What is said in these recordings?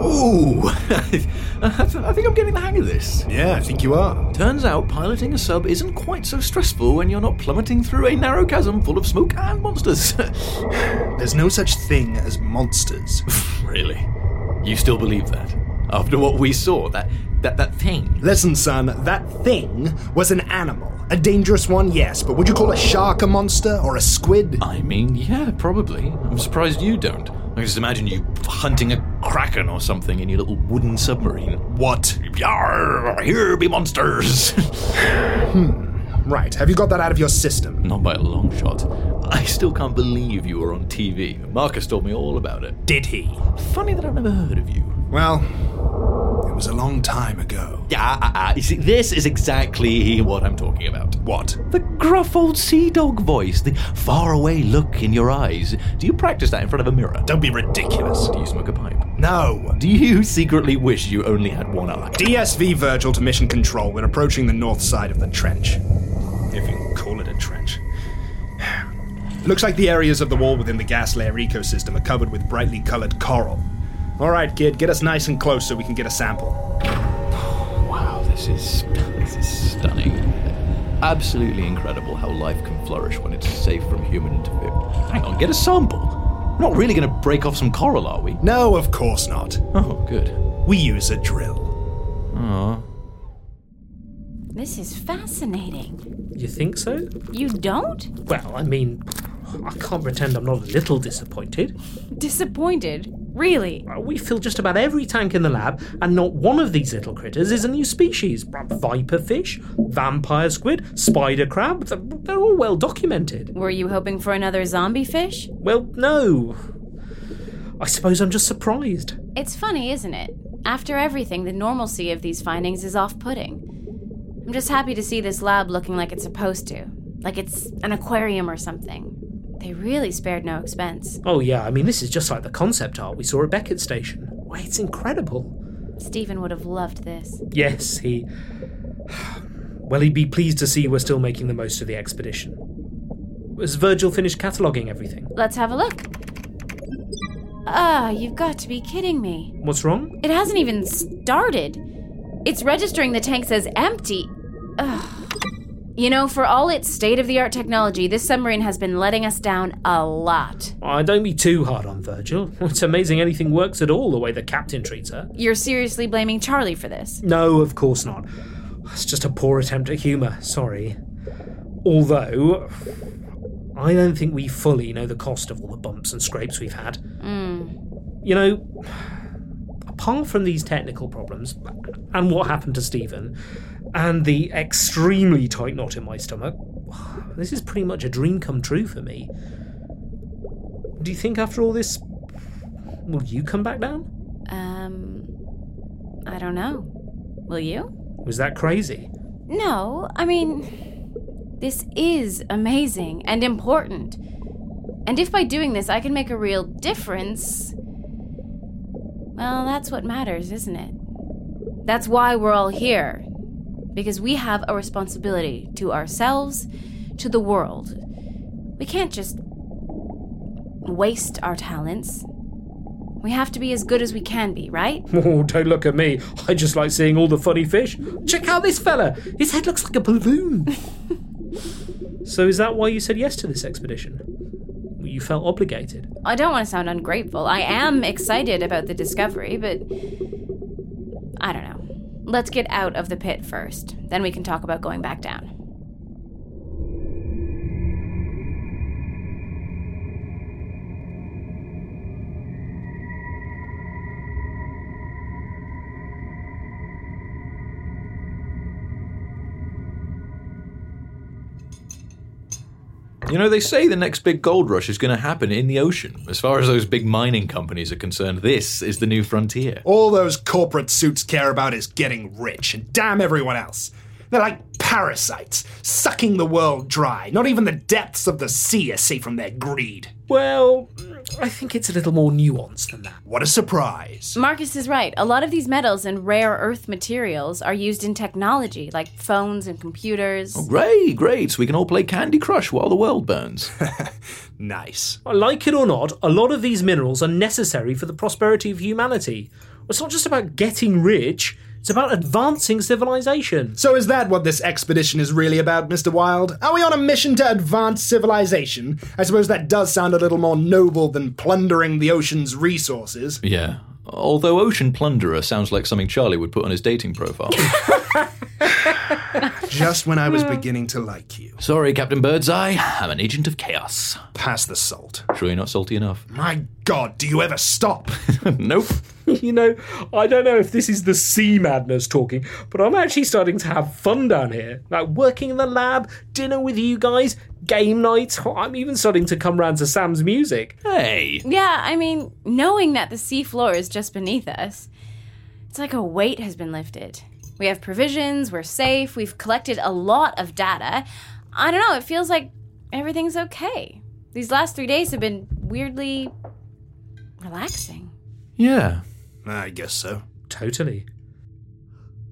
Ooh! I think I'm getting the hang of this. Yeah, I think you are. Turns out piloting a sub isn't quite so stressful when you're not plummeting through a narrow chasm full of smoke and monsters. There's no such thing as monsters. really? You still believe that? After what we saw, that that that thing. Listen, son, that thing was an animal. A dangerous one, yes, but would you call a shark a monster or a squid? I mean, yeah, probably. I'm surprised you don't. I just imagine you hunting a kraken or something in your little wooden submarine. What? Yarr, here be monsters! Right, have you got that out of your system? Not by a long shot. I still can't believe you were on TV. Marcus told me all about it. Did he? Funny that I've never heard of you. Well, it was a long time ago. Yeah, uh, uh, you see, this is exactly what I'm talking about. What? The gruff old sea dog voice, the faraway look in your eyes. Do you practice that in front of a mirror? Don't be ridiculous. Do you smoke a pipe? No. Do you secretly wish you only had one eye? DSV Virgil to Mission Control. We're approaching the north side of the trench. If you can call it a trench. Looks like the areas of the wall within the gas layer ecosystem are covered with brightly colored coral. All right, kid, get us nice and close so we can get a sample. Wow, this is this is stunning. Absolutely incredible how life can flourish when it's safe from human interference. Hang on, get a sample. We're not really going to break off some coral, are we? No, of course not. Oh, good. We use a drill. This is fascinating. You think so? You don't? Well, I mean, I can't pretend I'm not a little disappointed. Disappointed. Really? Uh, We fill just about every tank in the lab, and not one of these little critters is a new species. Viper fish, vampire squid, spider crab, th- they're all well documented. Were you hoping for another zombie fish? Well, no. I suppose I'm just surprised. It's funny, isn't it? After everything, the normalcy of these findings is off putting. I'm just happy to see this lab looking like it's supposed to, like it's an aquarium or something. They really spared no expense. Oh, yeah, I mean, this is just like the concept art we saw at Beckett Station. Why, it's incredible. Stephen would have loved this. Yes, he. Well, he'd be pleased to see we're still making the most of the expedition. Has Virgil finished cataloguing everything? Let's have a look. Ah, you've got to be kidding me. What's wrong? It hasn't even started. It's registering the tanks as empty. Ugh. You know, for all its state of the art technology, this submarine has been letting us down a lot. Oh, don't be too hard on Virgil. It's amazing anything works at all the way the captain treats her. You're seriously blaming Charlie for this. No, of course not. It's just a poor attempt at humour, sorry. Although, I don't think we fully know the cost of all the bumps and scrapes we've had. You know, apart from these technical problems, and what happened to Stephen, and the extremely tight knot in my stomach, this is pretty much a dream come true for me. Do you think after all this, will you come back down? Um, I don't know. Will you? Was that crazy? No, I mean, this is amazing and important. And if by doing this I can make a real difference, well, that's what matters, isn't it? That's why we're all here. Because we have a responsibility to ourselves, to the world. We can't just waste our talents. We have to be as good as we can be, right? Oh, don't look at me. I just like seeing all the funny fish. Check out this fella. His head looks like a balloon. so, is that why you said yes to this expedition? You felt obligated. I don't want to sound ungrateful. I am excited about the discovery, but I don't know. Let's get out of the pit first. Then we can talk about going back down. You know, they say the next big gold rush is going to happen in the ocean. As far as those big mining companies are concerned, this is the new frontier. All those corporate suits care about is getting rich, and damn everyone else. They're like parasites, sucking the world dry. Not even the depths of the sea are safe from their greed. Well, I think it's a little more nuanced than that. What a surprise. Marcus is right. A lot of these metals and rare earth materials are used in technology, like phones and computers. Great, great. So we can all play Candy Crush while the world burns. Nice. Like it or not, a lot of these minerals are necessary for the prosperity of humanity. It's not just about getting rich, it's about advancing civilization. So, is that what this expedition is really about, Mr. Wilde? Are we on a mission to advance civilization? I suppose that does sound a little more noble than plundering the ocean's resources. yeah. Although Ocean Plunderer sounds like something Charlie would put on his dating profile. Just when I was beginning to like you. Sorry, Captain Birdseye, I'm an agent of chaos. Pass the salt. Sure you're not salty enough? My god, do you ever stop? nope. you know, I don't know if this is the sea madness talking, but I'm actually starting to have fun down here. Like working in the lab, dinner with you guys, game night. I'm even starting to come round to Sam's music. Hey. Yeah, I mean, knowing that the seafloor is just beneath us, it's like a weight has been lifted. We have provisions, we're safe, we've collected a lot of data. I don't know, it feels like everything's okay. These last three days have been weirdly relaxing. Yeah. I guess so. Totally.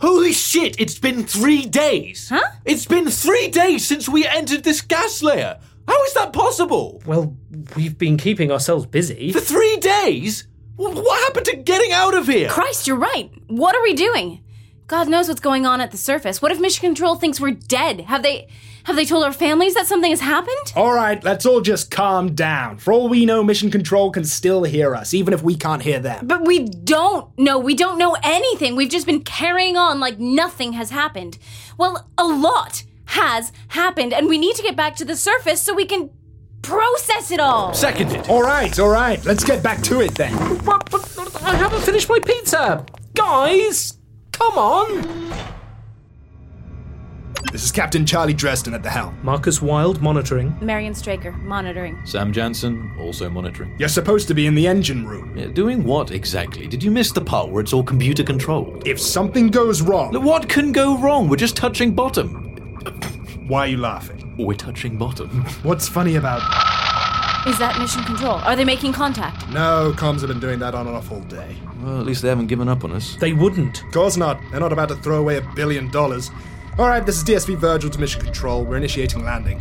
Holy shit, it's been three days! Huh? It's been three days since we entered this gas layer! How is that possible? Well, we've been keeping ourselves busy. For three days? Wh- What happened to getting out of here? Christ, you're right. What are we doing? God knows what's going on at the surface. What if Mission Control thinks we're dead? Have they have they told our families that something has happened? Alright, let's all just calm down. For all we know, Mission Control can still hear us, even if we can't hear them. But we don't know. We don't know anything. We've just been carrying on like nothing has happened. Well, a lot has happened, and we need to get back to the surface so we can process it all. Seconded. Alright, alright, let's get back to it then. But, but I haven't finished my pizza! Guys! Come on! This is Captain Charlie Dresden at the helm. Marcus Wilde monitoring. Marion Straker monitoring. Sam Jansen, also monitoring. You're supposed to be in the engine room. Yeah, doing what exactly? Did you miss the part where it's all computer controlled? If something goes wrong, What can go wrong? We're just touching bottom. why are you laughing? We're touching bottom. What's funny about. Is that Mission Control? Are they making contact? No, comms have been doing that on and off all day. Well, at least they haven't given up on us. They wouldn't. Course not. They're not about to throw away a billion dollars. All right, this is DSV Virgil to Mission Control. We're initiating landing.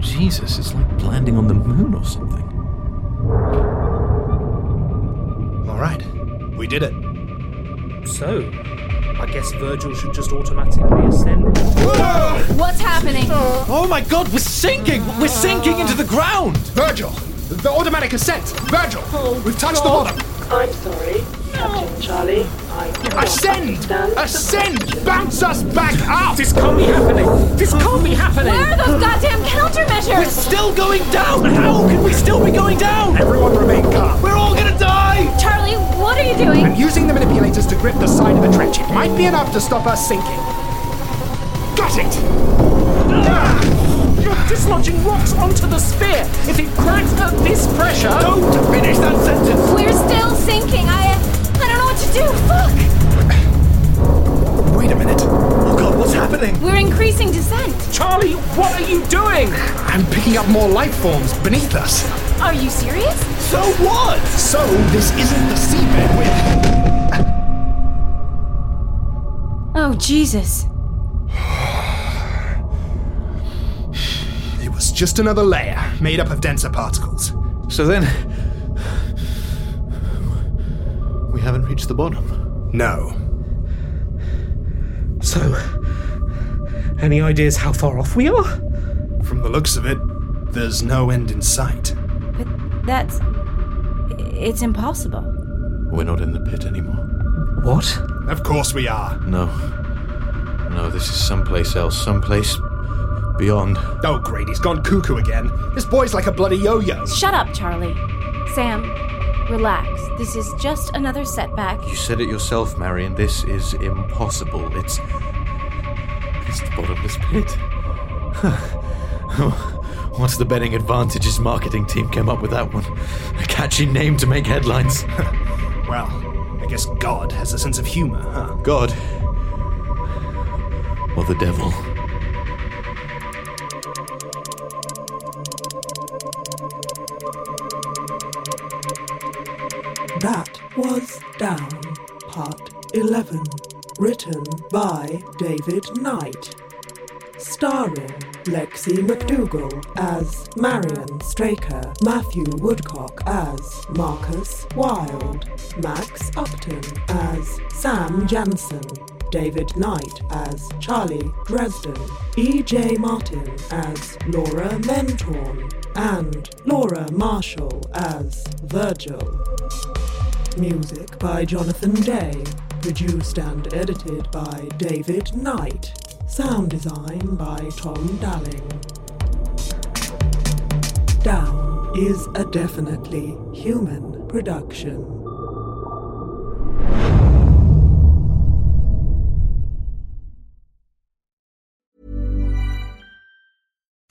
Jesus, it's like landing on the moon or something. All right, we did it. So, I guess Virgil should just automatically ascend. What's happening? Oh my god, we're sinking! We're sinking into the ground! Virgil! The automatic ascent! Virgil! We've touched the bottom! Oh, I'm sorry, Captain Charlie. I cannot Ascend! understand the Ascend! message. Bounce us back up! This can't be happening! This can't be happening! Where are those goddamn countermeasures? Still going down! How can we still be going down? Everyone remain calm. We're all gonna die! Charlie, what are you doing? I'm using the manipulators to grip the side of the trench. It might be enough to stop us sinking. Got it! You're dislodging rocks onto the sphere! If it cracks at this pressure. Don't finish that sentence! We're still sinking. I, uh, I don't know what to do. Fuck! Wait a minute. Oh god, what's happening? We're increasing descent. Charlie, what are you doing? I'm picking up more life forms beneath us. Are you serious? So what? So this isn't the seabed with. Oh, Jesus. It was just another layer made up of denser particles. So then. We haven't reached the bottom. No. So, any ideas how far off we are? From the looks of it, there's no end in sight. But that's. It's impossible. We're not in the pit anymore. What? Of course we are. No. No, this is someplace else. Someplace beyond. Oh, great, he's gone cuckoo again. This boy's like a bloody yo yo. Shut up, Charlie. Sam, relax. This is just another setback. You said it yourself, Marion. This is impossible. It's. It's the bottomless pit. What's the betting advantages marketing team came up with that one? A catchy name to make headlines. Well, I guess God has a sense of humor, huh? God. Or the devil. That was Down, Part 11. Written by David Knight. Starring Lexi McDougall as Marion Straker, Matthew Woodcock as Marcus Wilde, Max Upton as Sam Jansen, David Knight as Charlie Dresden, E.J. Martin as Laura Mentorn, and Laura Marshall as Virgil. Music by Jonathan Day. Produced and edited by David Knight. Sound design by Tom Dalling. Down is a definitely human production.